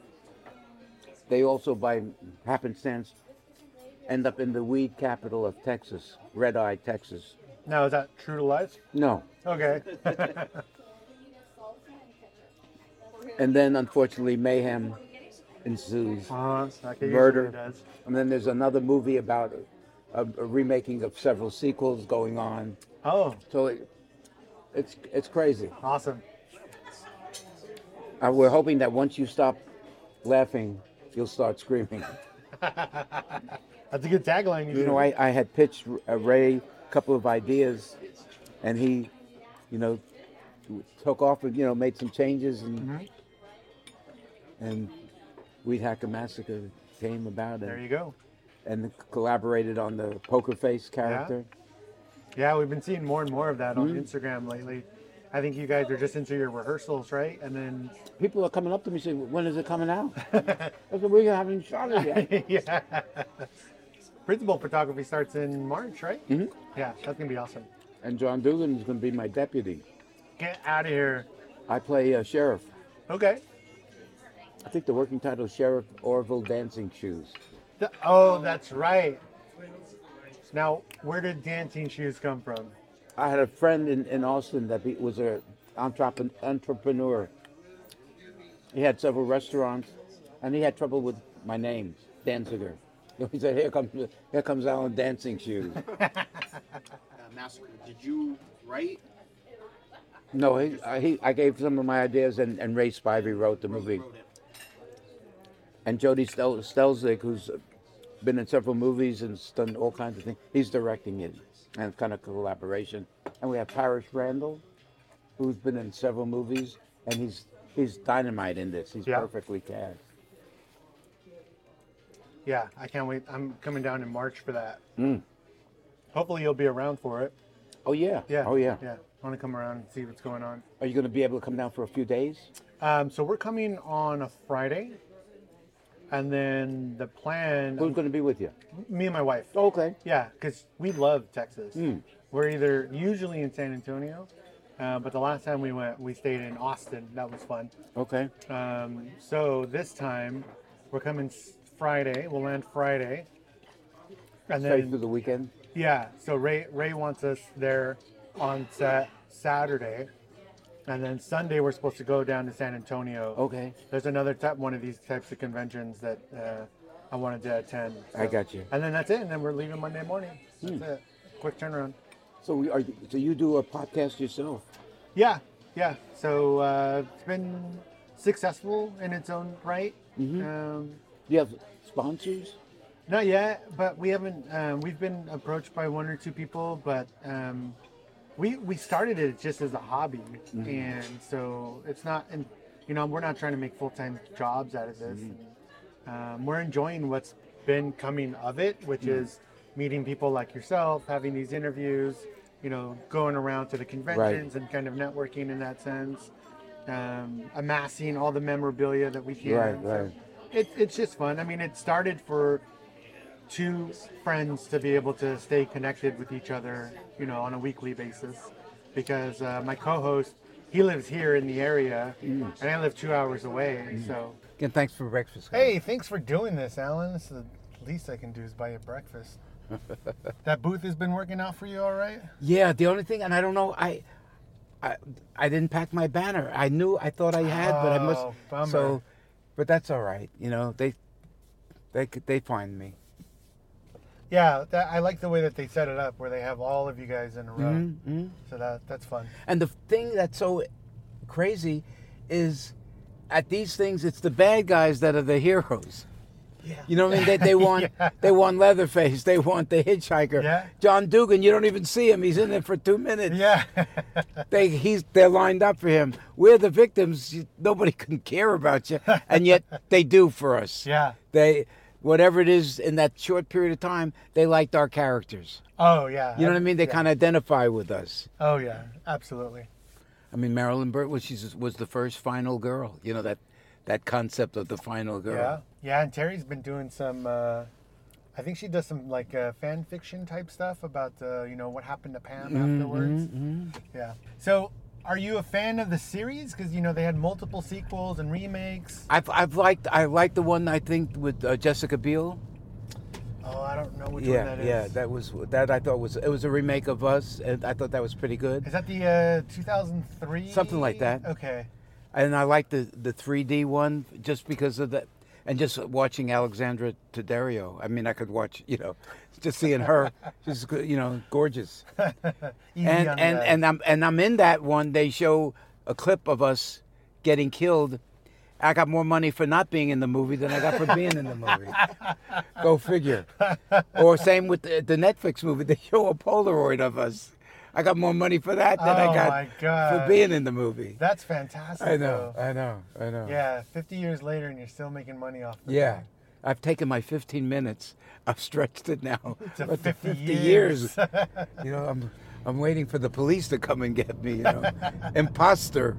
S2: They also, by happenstance, end up in the weed capital of Texas, Red Eye, Texas.
S1: Now, is that true to life?
S2: No,
S1: Okay.
S2: and then unfortunately mayhem ensues.
S1: Uh, like it usually
S2: Murder.
S1: Does.
S2: And then there's another movie about a, a remaking of several sequels going on.
S1: Oh,
S2: So it, it's it's crazy.
S1: awesome.
S2: Uh, we're hoping that once you stop laughing, you'll start screaming.
S1: That's a good tagline.
S2: You know, I, I had pitched uh, Ray a couple of ideas, and he, you know, took off and you know made some changes and
S1: Mm-hmm.
S2: and Weed Hacker Massacre came about
S1: There you
S2: and,
S1: go.
S2: and collaborated on the Poker Face character.
S1: Yeah, we've been seeing more and more of that
S2: Mm-hmm.
S1: on Instagram lately. I think you guys are just into your rehearsals, right? And then,
S2: people are coming up to me saying, "When is it coming out?" I said, "We haven't shot it yet."
S1: yeah. Principal photography starts in March, right? Mm-hmm. Yeah, that's gonna be awesome.
S2: And John Dugan is going to be my deputy.
S1: Get out of here.
S2: I play a sheriff.
S1: Okay.
S2: I think the working title is Sheriff Orville Dancing Shoes.
S1: Th- oh, that's right. Now, where did dancing shoes come from?
S2: I had a friend in, in Austin that be, was an entrep- entrepreneur. He had several restaurants, and he had trouble with my name, Danziger. So He said, "Here comes here comes Alan Dancing Shoes."
S3: uh, massacre. Did you write?
S2: no, he, I, he, I gave some of my ideas, and, and Ray Spivey wrote the movie.
S3: Wrote it.
S2: and Jody Stel- Stelzig, who's been in several movies and has done all kinds of things, he's directing it, and it's kind of collaboration. And we have Parrish Randall, who's been in several movies, and he's he's dynamite in this. He's
S1: Yeah.
S2: perfectly cast.
S1: Yeah, I can't wait. I'm coming down in March for that.
S2: Mm.
S1: Hopefully, you'll be around for it.
S2: Oh yeah.
S1: Yeah.
S2: Oh yeah.
S1: Yeah. I want to come around and see what's going on.
S2: Are you going to be able to come down for a few days?
S1: Um, so we're coming on a Friday, and then the plan.
S2: Who's going to be with you?
S1: Me and my wife.
S2: Okay.
S1: Yeah, because we love Texas. We're either usually in San Antonio, uh, but the last time we went, we stayed in Austin. That was fun.
S2: Okay.
S1: Um, so this time, we're coming s- Friday. We'll land Friday, and
S2: Stay through
S1: then
S2: the weekend.
S1: yeah. So Ray Ray wants us there on set Saturday, and then Sunday we're supposed to go down to San Antonio.
S2: Okay.
S1: There's another type, one of these types of conventions that uh, I wanted to attend.
S2: I got you. Hmm.
S1: And then that's it. And then we're leaving Monday morning. That's it. Quick turnaround.
S2: So we are. So you do a podcast yourself?
S1: Yeah, yeah. So uh, it's been successful in its own right.
S2: Mm-hmm.
S1: Um,
S2: Do you have sponsors?
S1: not yet, but we haven't. Um, we've been approached by one or two people, but um, we we started it just as a hobby, and so it's not. And you know, we're not trying to make full time jobs out of this. Um, we're enjoying what's been coming of it, which is meeting people like yourself, having these interviews, you know, going around to the conventions and kind of networking in that sense, um, amassing all the memorabilia that we can.
S2: Right,
S1: So
S2: right.
S1: It, it's just fun. I mean, it started for two friends to be able to stay connected with each other, you know, on a weekly basis. Because uh, my co-host, he lives here in the area,
S2: Mm.
S1: and I live two hours away. So,
S2: Again, thanks for breakfast. guys.
S1: hey, thanks for doing this, Alan. This is the least I can do is buy you breakfast. that booth has been working out for you, all right?
S2: Yeah, the only thing, and I don't know, I, I, I didn't pack my banner. I knew, I thought I had, but I must.
S1: Oh, bummer.
S2: So, but that's all right. You know, they, they could- they find me.
S1: Yeah, that, I like the way that they set it up, where they have all of you guys in a row.
S2: Mm-hmm.
S1: So that that's fun.
S2: And the thing that's so crazy is, at these things, it's the bad guys that are the heroes.
S1: Yeah.
S2: You know what I mean? They, they want
S1: Yeah.
S2: they want Leatherface. They want the hitchhiker.
S1: Yeah.
S2: John Dugan. You don't even see him. He's in there for two minutes.
S1: Yeah.
S2: They he's they're lined up for him. We're the victims. You- Nobody can care about you, and yet they do for us.
S1: yeah.
S2: They whatever it is in that short period of time, they liked our characters.
S1: Oh yeah.
S2: You know what I mean? They
S1: Yeah.
S2: kind of identify with us.
S1: Oh yeah. Absolutely.
S2: I mean, Marilyn Burt was she's was the first final girl. You know that that concept of the final girl.
S1: Yeah. Yeah, and Terry's been doing some. Uh, I think she does some like uh, fan fiction type stuff about uh, you know what happened to Pam
S2: Mm-hmm,
S1: afterwards. Yeah. So, are you a fan of the series? Because you know they had multiple sequels and remakes.
S2: I've, I've liked I liked the one I think with uh, Jessica Biel.
S1: Oh, I don't know which
S2: yeah,
S1: one that is.
S2: yeah, that was that I thought was it was a remake of Us, and I thought that was pretty good.
S1: Is that the uh, 2003?
S2: Something like that.
S1: Okay.
S2: And I like the the 3D one just because of that, and just watching Alexandra Daddario. I mean, I could watch, you know, just seeing her, she's go- you know gorgeous.
S1: Easy
S2: And
S1: on
S2: and
S1: the eyes.
S2: and I'm and I'm in that one. They show a clip of us getting killed. I got more money for not being in the movie than I got for being in the movie. Go figure. Or same with the, the Netflix movie. They show a Polaroid of us. I got more money for that than
S1: Oh,
S2: I
S1: my
S2: got for
S1: God.
S2: being in the movie.
S1: that's fantastic.
S2: I know,
S1: though.
S2: I know, I know.
S1: Yeah, 50 years later, and you're still making money off. The
S2: Yeah. I've taken my 15 minutes. I've stretched it now.
S1: To
S2: up
S1: 50 years.
S2: you know, I'm I'm waiting for the police to come and get me, you know. Imposter.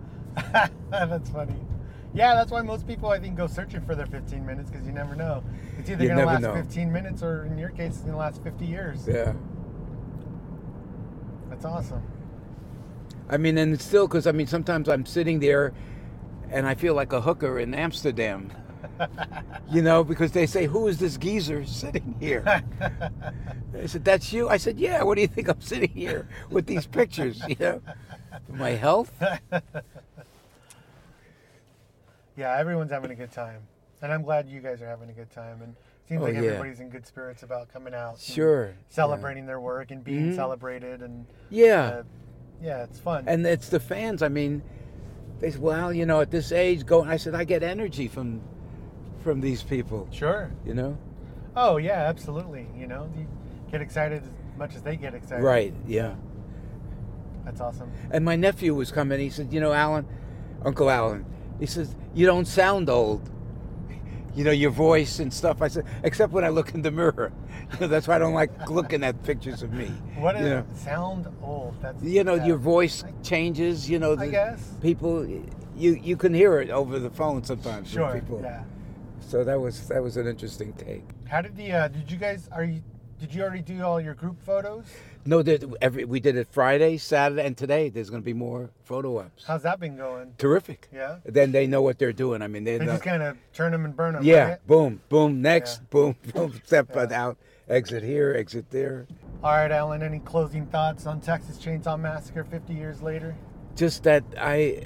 S1: that's funny. Yeah, that's why most people I think go searching for their 15 minutes because you never know. It's either
S2: You
S1: gonna
S2: never
S1: last
S2: know.
S1: 15 minutes or in your case, it's gonna last 50 years.
S2: Yeah.
S1: That's awesome.
S2: I mean, and still, because I mean, sometimes I'm sitting there and I feel like a hooker in Amsterdam. you know, because they say, Who is this geezer sitting here? they said, That's you? I said, Yeah, what do you think I'm sitting here with these pictures? You know, my health?
S1: Yeah, everyone's having a good time, and I'm glad you guys are having a good time. And it seems
S2: Oh,
S1: like
S2: yeah.
S1: everybody's in good spirits about coming out. and
S2: Sure. yeah.
S1: Celebrating their work and being
S2: Mhm.
S1: celebrated, and
S2: Yeah.
S1: uh, yeah, it's fun.
S2: and it's the fans. I mean, they said, "Well, you know, at this age, go." I said, "I get energy from from these people."
S1: sure.
S2: You know,
S1: Oh yeah, absolutely. You know, you get excited as much as they get excited.
S2: right? Yeah.
S1: That's awesome.
S2: And my nephew was coming. He said, "You know, Alan, Uncle Alan." He says, "You don't sound old." You know your voice and stuff. I said, except when I look in the mirror. You know, that's why I don't like looking at pictures of me.
S1: What
S2: you
S1: is
S2: know,
S1: sound old? That's
S2: you know
S1: yeah.
S2: your voice changes. You know,
S1: I
S2: the
S1: guess.
S2: people, you you can hear it over the phone sometimes. from
S1: Sure.
S2: people.
S1: Yeah.
S2: So that was that was an interesting take.
S1: How did the uh, did you guys are you did you already do all your group photos?
S2: No, there, every we did it Friday, Saturday, and today. There's going to be more photo ops.
S1: How's that been going?
S2: Terrific.
S1: Yeah.
S2: Then they know what they're doing. I mean, they,
S1: They
S2: know.
S1: just kind of turn them and burn them.
S2: yeah.
S1: right?
S2: Boom. Boom. Next.
S1: Yeah.
S2: Boom. Boom. Step
S1: Yeah.
S2: out. Exit here. Exit there.
S1: All right, Alan. Any closing thoughts on Texas Chainsaw Massacre 50 years later?
S2: Just that I,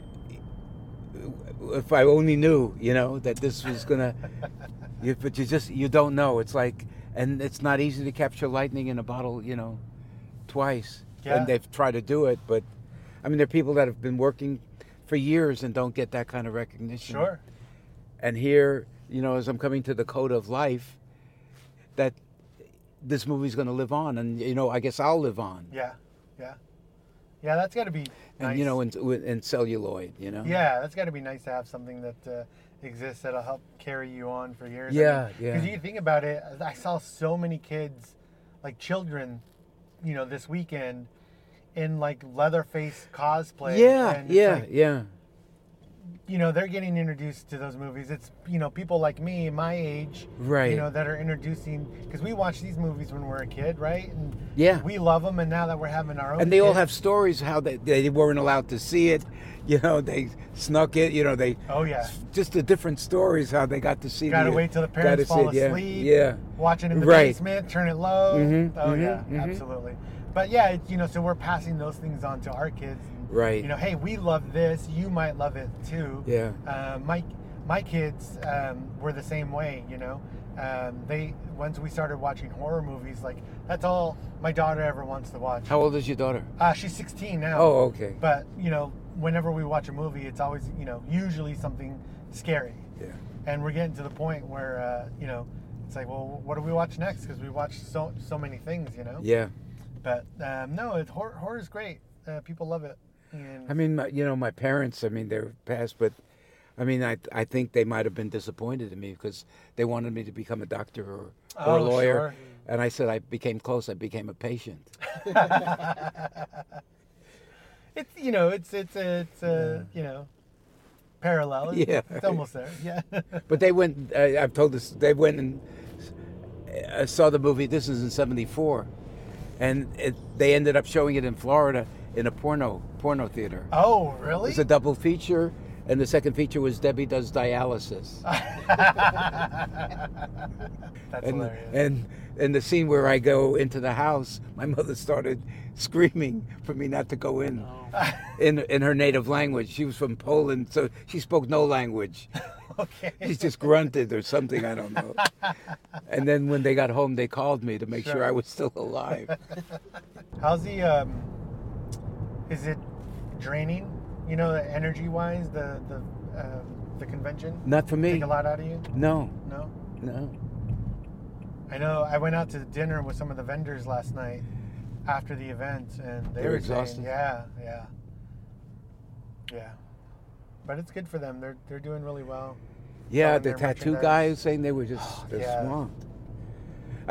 S2: if I only knew, you know, that this was gonna. you, but you just you don't know. It's like, and it's not easy to capture lightning in a bottle, you know, twice.
S1: Yeah.
S2: And they've tried to do it, but I mean, there are people that have been working for years and don't get that kind of recognition.
S1: Sure.
S2: and here you know as i'm coming to the code of life that this movie's going to live on and you know i guess i'll live on
S1: Yeah. Yeah. Yeah. That's got to be. Nice.
S2: and you know in, with- in celluloid you know
S1: Yeah, that's got to be nice to have something that uh, exists that'll help carry you on for years.
S2: Yeah, yeah.
S1: Because you think about it, I saw so many kids, like children, you know, this weekend, in like Leatherface cosplay.
S2: yeah,
S1: and it's
S2: yeah,
S1: like,
S2: yeah.
S1: you know, they're getting introduced to those movies. It's you know people like me, my age,
S2: Right.
S1: You know that are introducing because we watched these movies when we were a kid, right? And
S2: Yeah.
S1: we love them. And now that we're having our own,
S2: and they all
S1: kids-
S2: have stories how they, they weren't allowed to see it. You know, they snuck it. You know, they.
S1: Oh, yeah.
S2: Just the different stories how they got to see.
S1: Gotta wait till the
S2: gotta
S1: parents
S2: see
S1: fall
S2: it, yeah,
S1: asleep.
S2: Yeah.
S1: Watching in the
S2: Right.
S1: basement, turn it low.
S2: Mhm,
S1: oh
S2: mhm,
S1: yeah,
S2: mhm.
S1: absolutely. But yeah, it, you know, so we're passing those things on to our kids.
S2: Right.
S1: You know, hey, we love this. You might love it too.
S2: Yeah.
S1: Uh, my my kids um, were the same way. You know, um, they once we started watching horror movies, like that's all my daughter ever wants to watch.
S2: How old is your daughter?
S1: Uh, she's 16 now.
S2: Oh, okay.
S1: But you know, whenever we watch a movie, it's always you know usually something scary,
S2: Yeah.
S1: and we're getting to the point where uh, you know it's like, well, what do we watch next? Because we watch so so many things, you know.
S2: Yeah.
S1: But um, no, it, horror horror is great. Uh, people love it. And
S2: I mean, my, you know, my parents. I mean, they're past, but I mean, I I think they might have been disappointed in me because they wanted me to become a doctor or, or a
S1: Oh,
S2: lawyer,
S1: sure.
S2: and I said I became close. I became a patient.
S1: it's you know it's it's a, it's a you know parallel. It's,
S2: Yeah.
S1: it's almost there. Yeah.
S2: But they went. I, I've told this. They went and uh, saw the movie. This is in '74, and it, they ended up showing it in Florida in a porno porno theater.
S1: oh
S2: It
S1: really?
S2: was a double feature, and the second feature was Debbie does dialysis.
S1: That's
S2: and
S1: hilarious.
S2: and and the scene where I go into the house, my mother started screaming for me not to go
S1: Oh,
S2: in.
S3: Um,
S2: In, in her native language, she was from Poland, so she spoke no language.
S1: okay.
S2: She just grunted or something, I don't know. And then when they got home, they called me to make sure,
S1: Sure.
S2: I was still alive.
S1: How's the um is it draining? You know, energy wise, the the uh, the convention.
S2: Not for me.
S1: Take a lot out of you.
S2: No,
S1: No,
S2: no.
S1: I know. I went out to dinner with some of the vendors last night after the event, and they
S2: They're
S1: were saying,
S2: exhausted.
S1: yeah, yeah, yeah. But it's good for them. They're they're doing really well.
S2: Yeah,
S1: selling
S2: the
S1: their
S2: tattoo
S1: merchandise.
S2: guy is saying they were just they're
S1: yeah.
S2: swamped.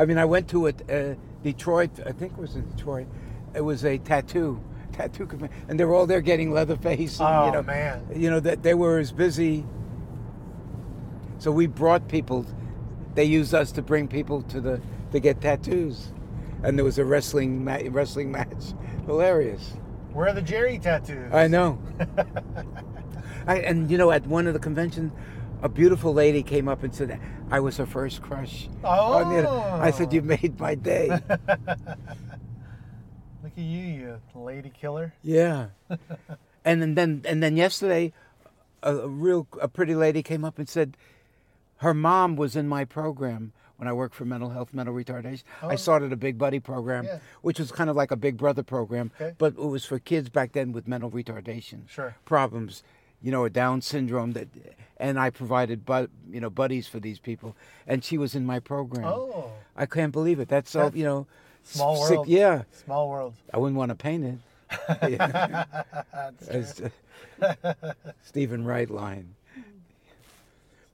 S2: I mean, I went to a uh, Detroit. I think it was in Detroit. It was a tattoo tattoo convention, and they were all there getting Leatherface. And,
S1: Oh
S2: you know,
S1: man,
S2: You know that they were as busy. So we brought people. They used us to bring people to the to get tattoos, and there was a wrestling ma- wrestling match. Hilarious.
S1: where are the Jerry tattoos?
S2: I know. I, and you know, at one of the conventions, a beautiful lady came up and said, "I was her first crush." On the- I said,
S1: Oh.
S2: "You made my day."
S1: Look at you, you lady killer.
S2: yeah. And, then- then, and then yesterday, a, a real a pretty lady came up and said, "Her mom was in my program." When I worked for mental health, mental retardation, I started a Big Buddy program,
S1: Oh. Yeah.
S2: which was kind of like a Big Brother program,
S1: Okay.
S2: but it was for kids back then with mental retardation.
S1: Sure.
S2: problems, you know, or Down syndrome. That, and I provided, but you know, buddies for these people. And she was in my program.
S1: Oh.
S2: I can't believe it. That's so, you know, s-
S1: Small
S2: sick-
S1: world.
S2: yeah,
S1: Small world.
S2: I wouldn't want to paint it. Yeah. As, uh, Stephen Wright line.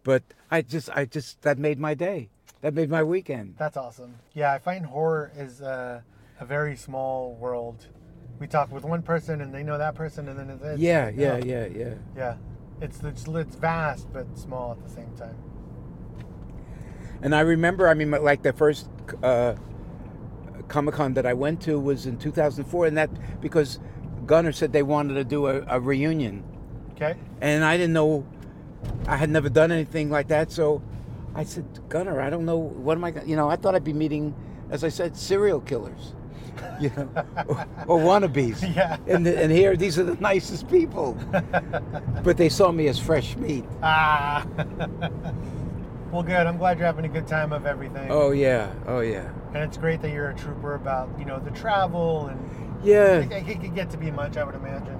S2: But I just, I just that made my day. That made my weekend.
S1: That's awesome. Yeah, I find horror is a, a very small world. We talk with one person and they know that person, and then it's, it's
S2: yeah, yeah, yeah, yeah.
S1: yeah. It's, it's it's vast but small at the same time.
S2: And I remember, I mean, like the first uh, Comic Con that I went to was in 2004, and that because Gunner said they wanted to do a, a reunion,
S1: Okay.
S2: and I didn't know, I had never done anything like that, so I said, Gunner, I don't know, what am I, gonna-" you know, I thought I'd be meeting, as I said, serial killers. You know, or, or wannabes,
S1: Yeah.
S2: and and here these are the nicest people, but they saw me as fresh meat.
S1: Ah. well, good. I'm glad you're having a good time of everything.
S2: Oh yeah, oh yeah,
S1: And it's great that you're a trooper about you know the travel and
S2: yeah.
S1: it, it could get to be much, I would imagine.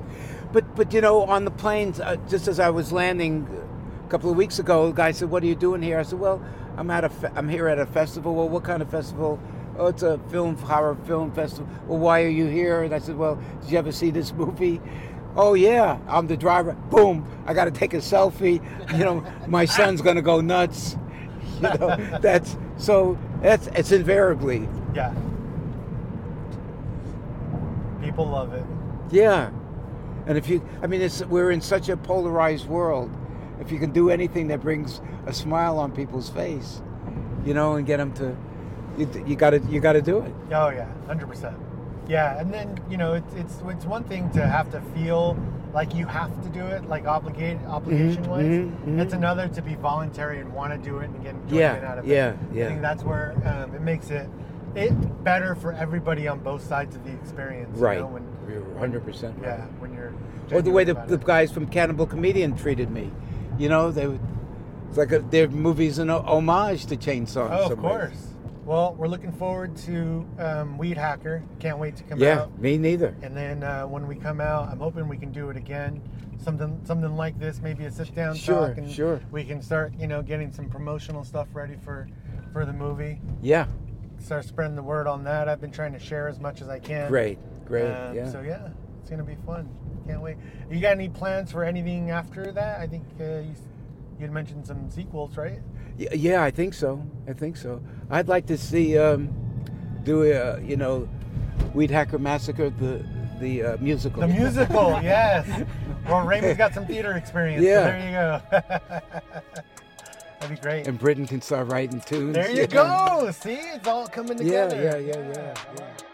S2: But but you know, on the planes, uh, just as I was landing a couple of weeks ago, the guy said, "What are you doing here?" I said, "Well, I'm at a fe- I'm here at a festival." Well, what kind of festival? Oh, it's a film horror film festival. Well, why are you here? And I said, "Well, did you ever see this movie?" Oh yeah, I'm the driver. Boom! I got to take a selfie. You know, my son's gonna go nuts. You know, that's so. That's it's invariably
S1: Yeah. People people love it.
S2: Yeah. And if you, I mean, it's, we're in such a polarized world. If you can do anything that brings a smile on people's face, you know, and get them to, you, you gotta, you gotta do it.
S1: Oh yeah, hundred percent. Yeah, and then you know it's it's it's one thing to have to feel like you have to do it, like obligate obligation wise.
S2: mhm, mhm.
S1: It's another to be voluntary and want to do it and get enjoyment
S2: Yeah,
S1: out of
S2: yeah,
S1: it.
S2: yeah.
S1: I think that's where um, it makes it it better for everybody on both sides of the experience.
S2: Right.
S1: You know, when,
S2: You're 100% right.
S1: yeah, when you're.
S2: Or the way the,
S1: genuine
S2: the
S1: about it.
S2: guys from Cannibal Comedian treated me. You know, they would, it's like a, their movies an o- homage to Chainsaw. in
S1: Oh, of
S2: some ways.
S1: course. Well, we're looking forward to um, Weed Hacker. Can't wait to come
S2: Yeah,
S1: out.
S2: me neither.
S1: And then uh, when we come out, I'm hoping we can do it again, something something like this, maybe a sit down
S2: Sure,
S1: talk, and
S2: sure.
S1: we can start, you know, getting some promotional stuff ready for for the movie.
S2: Yeah,
S1: Start spreading the word on that. I've been trying to share as much as I can.
S2: great, great.
S1: Um,
S2: yeah.
S1: So yeah, it's gonna be fun. Can't wait. You got any plans for anything after that? I think uh, you you'd mentioned some sequels, right?
S2: Y- Yeah, I think so. I think so. I'd like to see um, do a uh, you know, Weed Hacker Massacre the the uh, musical.
S1: The musical, yes. Well, Raymond's got some theater experience.
S2: Yeah.
S1: So there you go. That'd be great.
S2: And Britain can start writing tunes.
S1: There you
S2: know.
S1: go. See, it's all coming
S2: Yeah,
S1: together.
S2: yeah, yeah, yeah, yeah.